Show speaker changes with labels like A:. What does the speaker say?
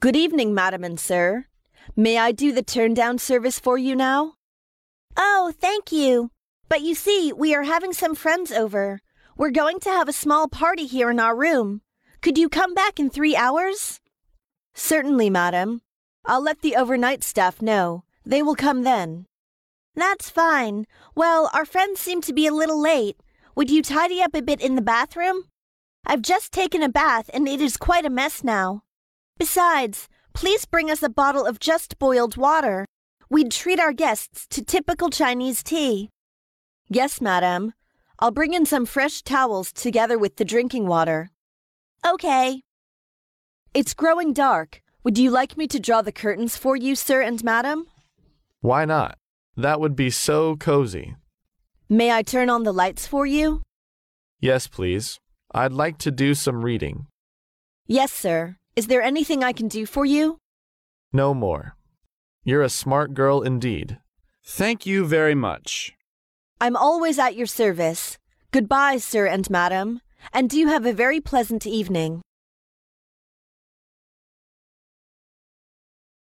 A: Good evening, madam and sir. May I do the turn down service for you now?
B: Oh, thank you. But you see, we are having some friends over. We're going to have a small party here in our room. Could you come back in three hours?
A: Certainly, madam. I'll let the overnight staff know. They will come then.
B: That's fine. Well, our friends seem to be a little late. Would you tidy up a bit in the bathroom? I've just taken a bath and it is quite a mess now. Besides, please bring us a bottle of just boiled water. We'd treat our guests to typical Chinese tea.
A: Yes, madam. I'll bring in some fresh towels together with the drinking water.
B: Okay.
A: It's growing dark. Would you like me to draw the curtains for you, sir and madam?
C: Why not? That would be so cozy.
A: May I turn on the lights for you?
C: Yes, please. I'd like to do some reading.
A: Yes, sir. Is there anything I can do for you?
C: No more. You're a smart girl indeed.
D: Thank you very much.
A: I'm always at your service. Goodbye, sir and madam, and do have a very pleasant evening.